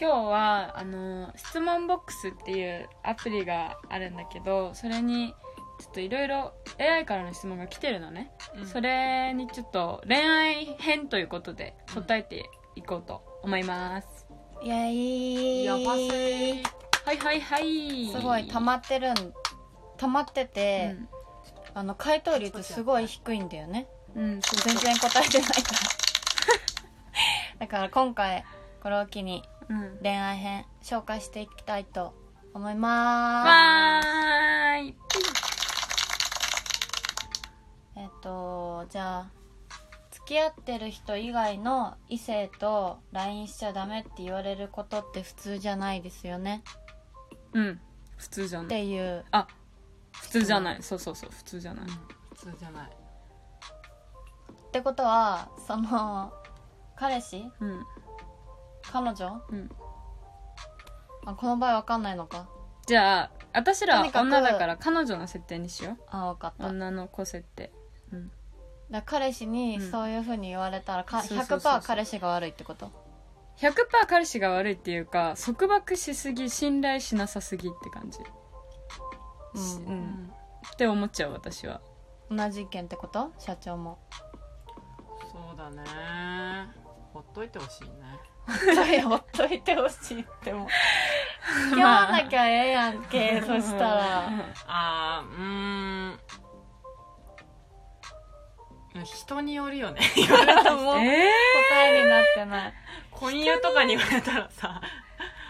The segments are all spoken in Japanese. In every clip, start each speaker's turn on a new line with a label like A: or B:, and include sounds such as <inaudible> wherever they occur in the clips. A: 今日はあの質問ボックスっていうアプリがあるんだけどそれにちょっといろいろ AI からの質問が来てるのね、
B: うん
A: それにちょっと恋愛編ということで答えていこうと思います、
C: いやい
B: やばせー
A: はいはいはい
C: すごい溜まってるん溜まって
A: う
C: て、
A: ん、
C: あの回答率すごい低いんだよね
A: うん、そう
C: 全然答えてないから <laughs> だから今回これを機に
A: うん
C: 恋愛編紹介していきたいと思いま
A: わーい
C: すえっとじゃあ付き合ってる人以外の異性と LINE しちゃダメって言われることって普通じゃないですよね
A: うん普通じゃ
C: っ
A: ない
C: ていう
A: あ普通じゃないそうそうそう普通じゃない
B: 普通じゃない
C: ってことはその彼氏
A: うん
C: 彼女、
A: うん
C: あこの場合わかんないのか
A: じゃあ私ら
C: と
A: は
C: にかく
A: 女だから彼女の設定にしよ
C: あわかっ
A: う
C: た、だか
A: 女の子設定
C: ら彼氏に
A: うん
C: そういうふうに言われたらか
A: そうそうそうそう
C: 100%彼氏が悪いってこと
A: 100%彼氏が悪いっていうか束縛しすぎ信頼しなさすぎって感じ、し
C: う
A: うんん、って思っちゃう私は
C: 同じ意見ってこと社長
A: <laughs>
C: も
B: そうだねほっといてほしいね
C: ほっといてほしいっ
A: <laughs>
C: ても付き合わなきゃええやんけそした
A: <laughs>
C: ら
B: あーうーん人によるよね言われたらもう
A: え
C: 答えになっ
A: <laughs>
C: てない
B: 婚友とかに言われたらさ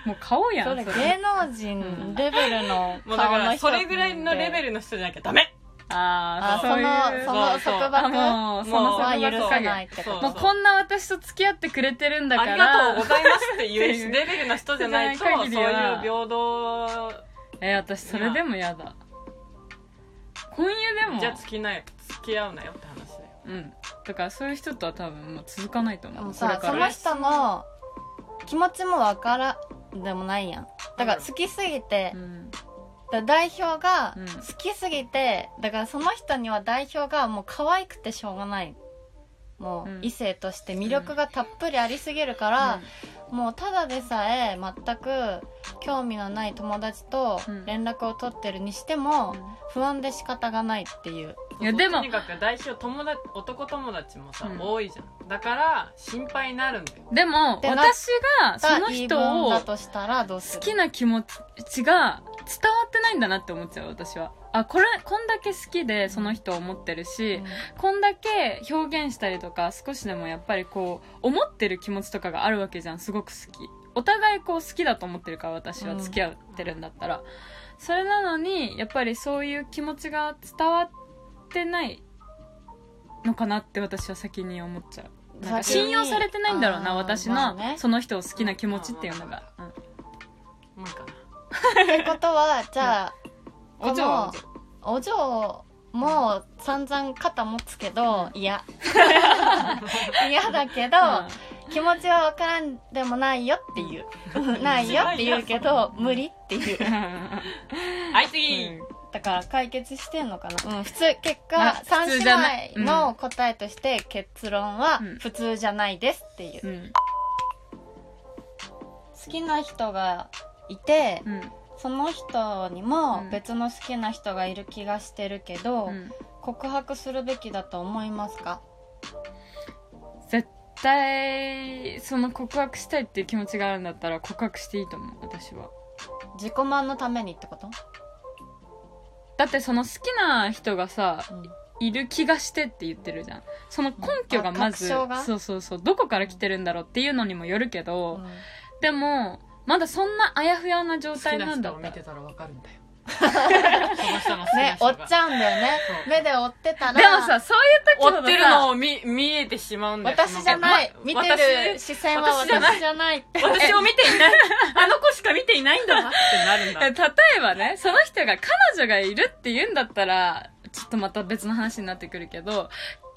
A: ー、もう顔やん
C: それ芸能人レベルの
B: もうだか
C: 顔の
B: ら
C: 人
B: それぐらいのレベ
C: ル
B: ルの人じゃなきゃダメ
A: あ
C: あ
A: あ
C: そ
A: そういう
B: そう
C: のその束
A: あ
C: 縛
A: もうそ
B: も
A: の
B: う
A: 束
C: は
A: 縛
C: 許
A: 作業
C: さないってこと
B: そ
A: もうこんな私と付き合ってくれてるんだか
B: あ
A: ら
B: りがとうございますって
A: ってい
B: いううレベルの人じゃないと
A: じゃない
B: そうい
A: 限
B: う
A: りは
B: 平等
A: <laughs> えー私それでもやだ婚姻でも
B: じゃあ付きなよ付き合うなよって話だよ
A: うんだからそういう人とは多分もう続かないと
C: で
A: 思
C: も
A: うこれ
C: さ
A: か
C: その
A: ら
C: 人の気持ちもわからんでもないやんだから好きすぎて
A: う、ん
C: だから代表が
A: うん
C: 好きすぎて、だからその人には代表がもう可愛くてしょうがないもう
A: うん
C: 異性として魅力がたっぷりありすぎるから、もうただでさえ全く興味のない友達と
A: うん
C: 連絡を取ってるにして
A: う
C: も
A: ん
C: 不安で仕方がないっていう
A: いやでも
B: とにかく代表友達男友達もさ、
A: うん
B: 多いじゃんだから心配になるんだよ
A: でも
C: ってなっ
A: 私がその
C: が言い分
A: 人を
C: だ
A: 好
C: としたらどうする
A: きな気持ちが伝わってないんだなって思っちゃう私はあこれこんだけ好きでその人を思ってるし、
C: うん
A: こんだけ表現したりとか少しでもやっぱりこう思ってる気持ちとかがあるわけじゃんすごく好きお互いこう好きだと思ってるから私は
C: うん
A: 付き合ってるんだったら、それなのにやっぱりそういう気持ちが伝わってないのかなって私は先に思っちゃうなんか
C: 先に
A: 信用されてないんだろうな
C: あー
A: 私
C: ま
A: の
C: あね
A: その人を好きな気持ちっていうのが、うん、
B: もういいかな
C: ってことはじゃあこの
A: お嬢はお嬢
C: お嬢も散々肩持つけど嫌 <laughs> 嫌だけど、気持ちは分からんでもないよっていうないよって言うけど無理っていう
B: はい
A: うん
B: 次、
C: だから解決してんのかな、うん、普通結
A: ま
C: 果
A: あ
C: 三
A: 普通じゃな
C: 姉
A: い
C: 妹の答えとして結論は
A: うん
C: 普通じゃないですっていう、
A: う
C: 好
A: ん
C: きな人がいて、
A: うん
C: その人にも別の好きな人がいる気がしてるけど、
A: うん
C: 告白するべきだと思いますか
A: 絶対その告白したいっていう気持ちがあるんだったら告白していいと思う私は
C: 自己満のためにってこと、
A: だってその好きな人がさ
C: うん
A: いる気がしてって言ってるじゃんその根拠が
C: あ
A: まず
C: 確証が
A: そうそうそうどこから来てるんだろうっていうのにもよるけど、
C: うん
A: でもまだそんなあやふやな状
B: 好き
A: 態な
B: なん
A: だ
B: 人を
A: った
B: 見て
A: ら
B: たらわかるんだよその人の好きな
C: ね
B: 人
C: 追
B: が、
C: っちゃうんだよね
B: そう
C: 目で追ってたら
A: でもさそういう時ほ
B: 追
A: ど
B: ってるのを見見えてしまうんだよ
C: 私じゃない
B: その
C: 見てる視線は
B: 私じゃない
C: 私じゃないって
B: 私私を見ていないあの子しか見ていないんだなってなるん
A: いや
B: だ
A: 例えばねその人が彼女がいるって言うんだったらちょっとまた別の話になってくるけど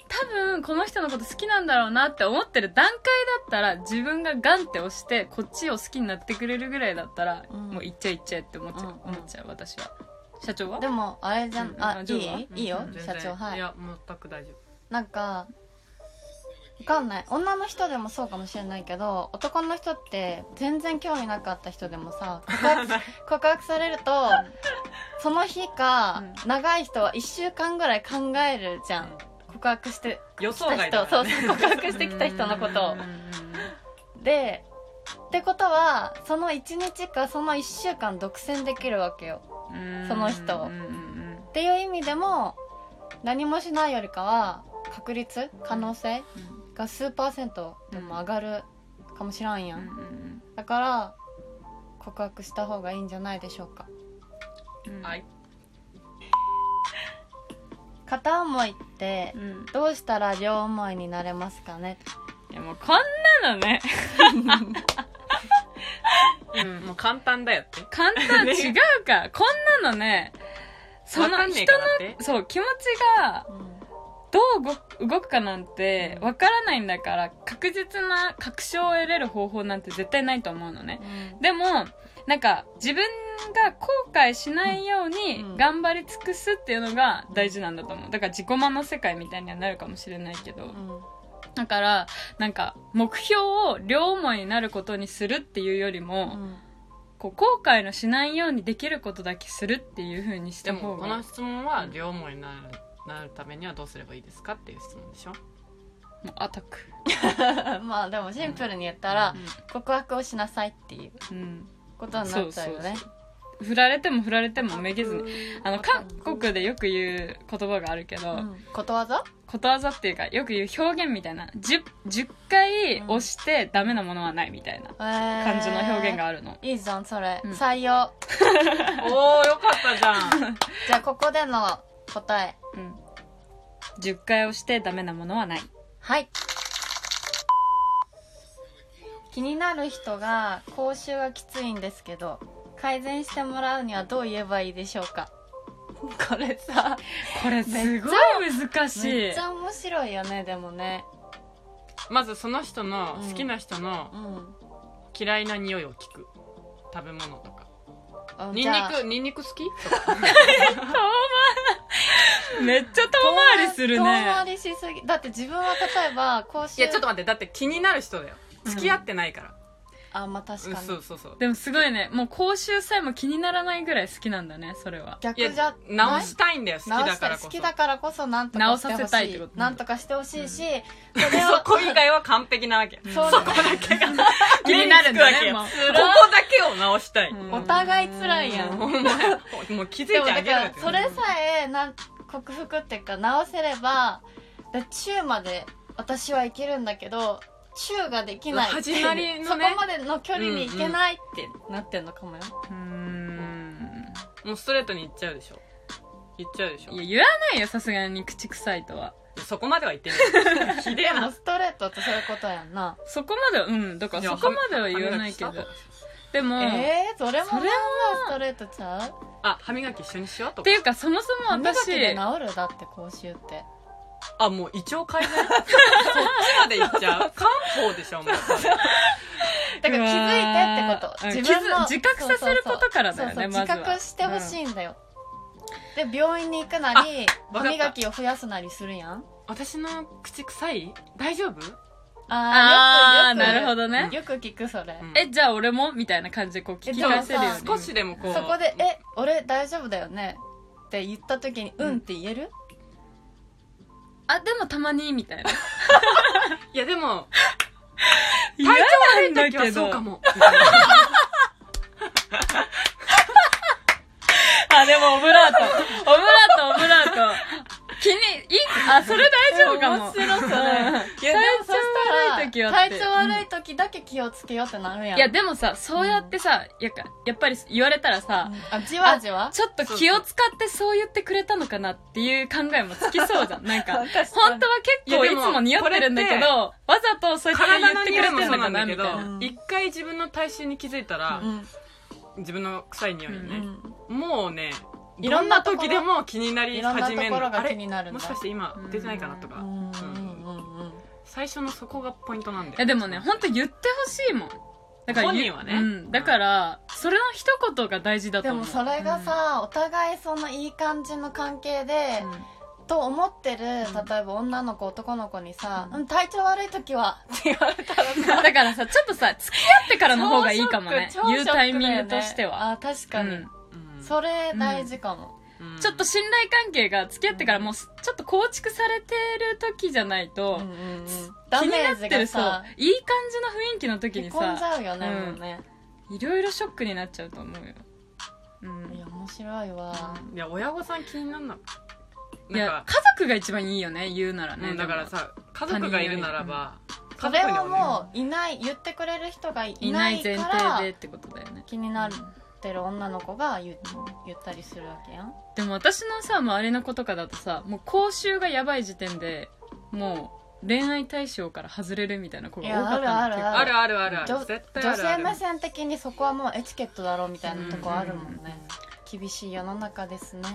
A: 多分この人のこと好きなんだろうなって思ってる段階だったら自分がガンって押してこっちを好きになってくれるぐらいだったら、
C: うん
A: もう行っちゃえ行っちゃえって思っちゃう、
C: うんうん
A: 思っちゃう私は社長は
C: でもあれじゃん、
A: うん
C: あ
A: あ
C: い
A: 上手
C: いいいよ
B: うん全
C: 社
B: 然
C: 長はいい
B: や全く大丈夫
C: なんか分かんない女の人でもそうかもしれないけど男の人って全然興味なかった人でもさ告
B: <laughs>
C: 白告白されるとその日か、長い人は1週間ぐらい考えるじゃん告白して
B: 予
C: き
B: 想
C: た人、
B: 外だか
C: そ
B: ら
C: う
B: ね
C: そう告白してきた人のことを
B: うんうんうん
C: でってことはその1日かその1週間独占できるわけよ
B: うん
C: その人
B: うんうんうん
C: っていう意味でも何もしないよりかは確率可能性が数パーセントでも上がるかもしらんや
B: うん
C: ん
B: うん
C: だから告白した方がいいんじゃないでしょうか
A: うん
B: うんはい
C: 片思いって
A: うん
C: どうしたら両思いになれますかね
A: いやもうこんなのね <laughs>
B: うんもう簡単だよって
A: 簡単違うかこんなのねそ
B: わ
A: の
B: かんねえ
A: 人
B: か
A: の
B: らって
A: そう気持ちが
C: う
A: どうご動くかなんてわからないんだから確実な確証を得れる方法なんて絶対ないと思うのね
C: ん
A: でもなんか自分が後悔しないよう
C: う
A: に
C: ん
A: 頑張り尽くすっていうのが大事なんだと思うだから自己満の世界みたいにはなるかもしれないけど
C: うん
A: だからなんか目標を両思いになることにするっていうより
C: う
A: も
C: ん
A: こう後悔のしないようにできることだけするっていう風にし
B: で
A: た方
B: もこの
A: が
B: 質問は両思いになるなるためにはどうすればいいですかっていう質問でしょ
A: もうアタック
C: <laughs> まあでもシンプルに言ったら告白をしなさいっていう
A: うん
C: ことになっちゃうよね
A: 振られても振られてもめげずにあの韓国でよく言う言葉があるけど、
C: うんことわざ
A: ことわざっていうかよく言う表現みたいな 10, 10回押してダメなものはないみたいな
C: 感
A: 感じの表現があるの、
C: いいじゃんそれ、
A: うん
C: 採用
B: おおよかったじゃん
C: じゃあここでの答え
A: うん、10回押してダメなものはない
C: はい気になる人が口臭がきついんですけど改善してもらうにはどう言えばいいでしょうか <laughs> これさ
A: これすごい難し
C: め
A: い
C: っちゃ面白いよねでもね
B: まずその人の
C: うん
B: 好きな人の
C: うん
B: 嫌いな匂いを聞く食べ物とか
C: あ
B: ニン
C: じ
B: ニ
C: ゃあ
B: クニンニク好きとか
A: めっちゃ遠回りする
C: 遠回
A: ね
C: りしすぎだって自分は例えば口
B: い
C: 臭
B: やちょっと待ってだって気になる人だよ付き合ってないから、
C: あまあ確
B: うん、
C: かに
B: そうそうそう
A: でもすごいねもう口臭さえも気にならないぐらい好きなんだねそれは
B: い
C: 逆じゃ
B: や
C: な
B: 直
C: い
B: したいんだよ好き
C: 直し
B: だ
C: た
B: か
C: い
B: らこそ
C: 好きだからこそなんとかして
A: 直
C: ほ
A: させたいっ
C: して
A: こ
C: い
A: と
C: なんとかしてほしいし、それを
B: そこ以外は完璧なわけ
C: そうだね
A: <laughs> 気になるんだね
B: 目につくわけよ
A: もう
B: ここだけを直したい、
A: うん
C: お互い辛いやん
B: ほんまやもう気づい
C: <laughs>
B: て
C: で
B: あ
C: も
B: げ
C: だ
B: る
C: か
B: よ
C: らそれさえなん克服っていうか直せればだ中まで私はいけるんだけど中ができないっていう
B: 始まりのね
C: そこまでの距離に行けないってなってんのかもよ、
A: うーん
B: もうストレートに言っちゃうでしょ言っちゃうでしょ
A: いや言わないよさすがに口臭いとは
B: そこまでは言ってないひでえ
C: でも
B: な
C: ストレートってそういうことやんな、
A: そこまではうんだからそこまでは言わないけど
B: いや歯磨き
A: でも、
C: えー、それも
A: そ
C: なん
A: れも
C: だストレートちゃう
B: あ歯磨き一緒にしようと
A: っ
B: か
A: ていうかそもそも
C: 歯磨
A: 私
C: きで治るだって口臭って
B: あもう胃腸
C: <laughs>
B: 改善そっちまで行っちゃう漢方でしょも
C: <laughs>
B: う
C: だから気づいてってこと
A: うわー
C: 自分の
A: うん気づ自覚させることからだよね
C: そうそう
A: まずは
C: 自覚してほしいんだよ、で病院に行くなり
B: あ
C: 歯
B: わかった
C: 磨きを増やすなりするやん
B: 私の口臭い大丈夫
A: あー
C: ー
A: なるほどね、
C: よく聞くそれ、
B: うん
A: えじゃあ俺もみたいな感じでこう聞き返せるよ
C: え
A: うに
C: で
B: 少しでもこう
C: そこで「え俺大丈夫だよね」って言った時に「うん」って言える、
A: あでもたまにみ
C: <laughs>
A: たいない
B: やでも
A: 嫌なん
B: 体調悪
A: だ
B: い時は
A: け
B: そう
A: ど
B: かもみたいな
A: あでもオブラートオブラートオブラー
C: <laughs>
A: ト気にいあそれ大丈夫かも
C: 面白それ
A: うん
C: いやでもそしたら
A: 体調悪い時はって
C: 体調悪い時だけ気をつけようってなるやん
A: いやでもさそうやってさ、やっかやっぱり言われたらさ、
C: あじわじわ
A: ちょっと気を使ってそう言ってくれたのかなっていう考えもつきそうじゃん。なんか、本当は結構いつも似合ってるんだけ
B: いや
A: ど
B: で、
A: わざとそうやって
B: 体
A: 言っ
B: の
A: てく
B: 匂
A: れ
B: い
A: て
B: も
A: る
B: そう
A: の
B: な
A: か
B: ん
A: な
B: だけ
A: み
B: ど
A: たいな。
C: うん
B: 一回自分の体臭に気づいたら、
C: うん
B: 自分の臭い匂いに
C: う
B: ね、
C: ん
B: もうね
C: い
B: い
C: ろ
B: ろ
C: ん
B: ん
C: な
B: な
C: ところ
B: 時でも気にないり
C: ろんなと
B: 始める
C: ころが
B: あ
C: 気
B: れ
C: になるんだ
B: もしかして今出てないかなとか、
C: うんうん
B: うん
C: うんうん
B: 最初のそこがポイントなんだよ
A: いやでもね、ほんと言ってほしいもん。だから
B: 本
A: 言
B: 人
A: う
B: はね
A: うん。だから、それの一言が大事だと
C: で
A: 思う。
C: もそれがさ、お互いそのいい感じの関係で、
A: うん、
C: と思ってる例えば女の子男の子にさ「うん体調悪い時は」って言われたらさ
A: だからさ、ちょっとさ、付き合ってからの方がいいかもね。
C: 超ショック
A: 言うタイミングとしては。
C: あ確かに、
A: うん
B: うん
C: それ大事かも、
B: うん
A: ちょっと信頼関係が付き合ってからもうす、ちょっと構築されてる時じゃないと、
C: うんうんうんダ
A: 気に
C: メ
A: な
C: ー
A: っ
C: ジ
A: て
C: が
A: る、そう
C: さ、
A: いい感じの雰囲気の時
C: へ
A: に
C: こんじ
A: さ、
C: ゃうよね、
A: うん
C: もうね
A: いろいろショックになっちゃうと思うよ。うん。
C: いや面白いわ、
B: いや親御さん気になんない
A: い
B: なん
A: や
B: か、
A: 家族が一番いいよね、言うなら
B: う
A: ね。
B: んだから
A: でも、
B: さ家族がいるならば、
C: それはもういない言ってくれる人がい
A: いな
C: ないいか
A: 前
C: ら
A: 提でってことだよね。
C: 気になってる女の子が言う言ったりするわけやん
A: でも私のさ、周りの子とかだとさ、もう講習がやばい時点で、もう恋愛対象から外れるみたいな子が多かったの
C: いやあるあるあ
B: あるあるあるあ
C: 女
B: る絶対あ
C: 女
B: るあ
C: 性
B: る
C: 目線的にそこはもうエチケットだろうみたいなとこあるもんね、
B: うん
C: 厳しい世の中ですね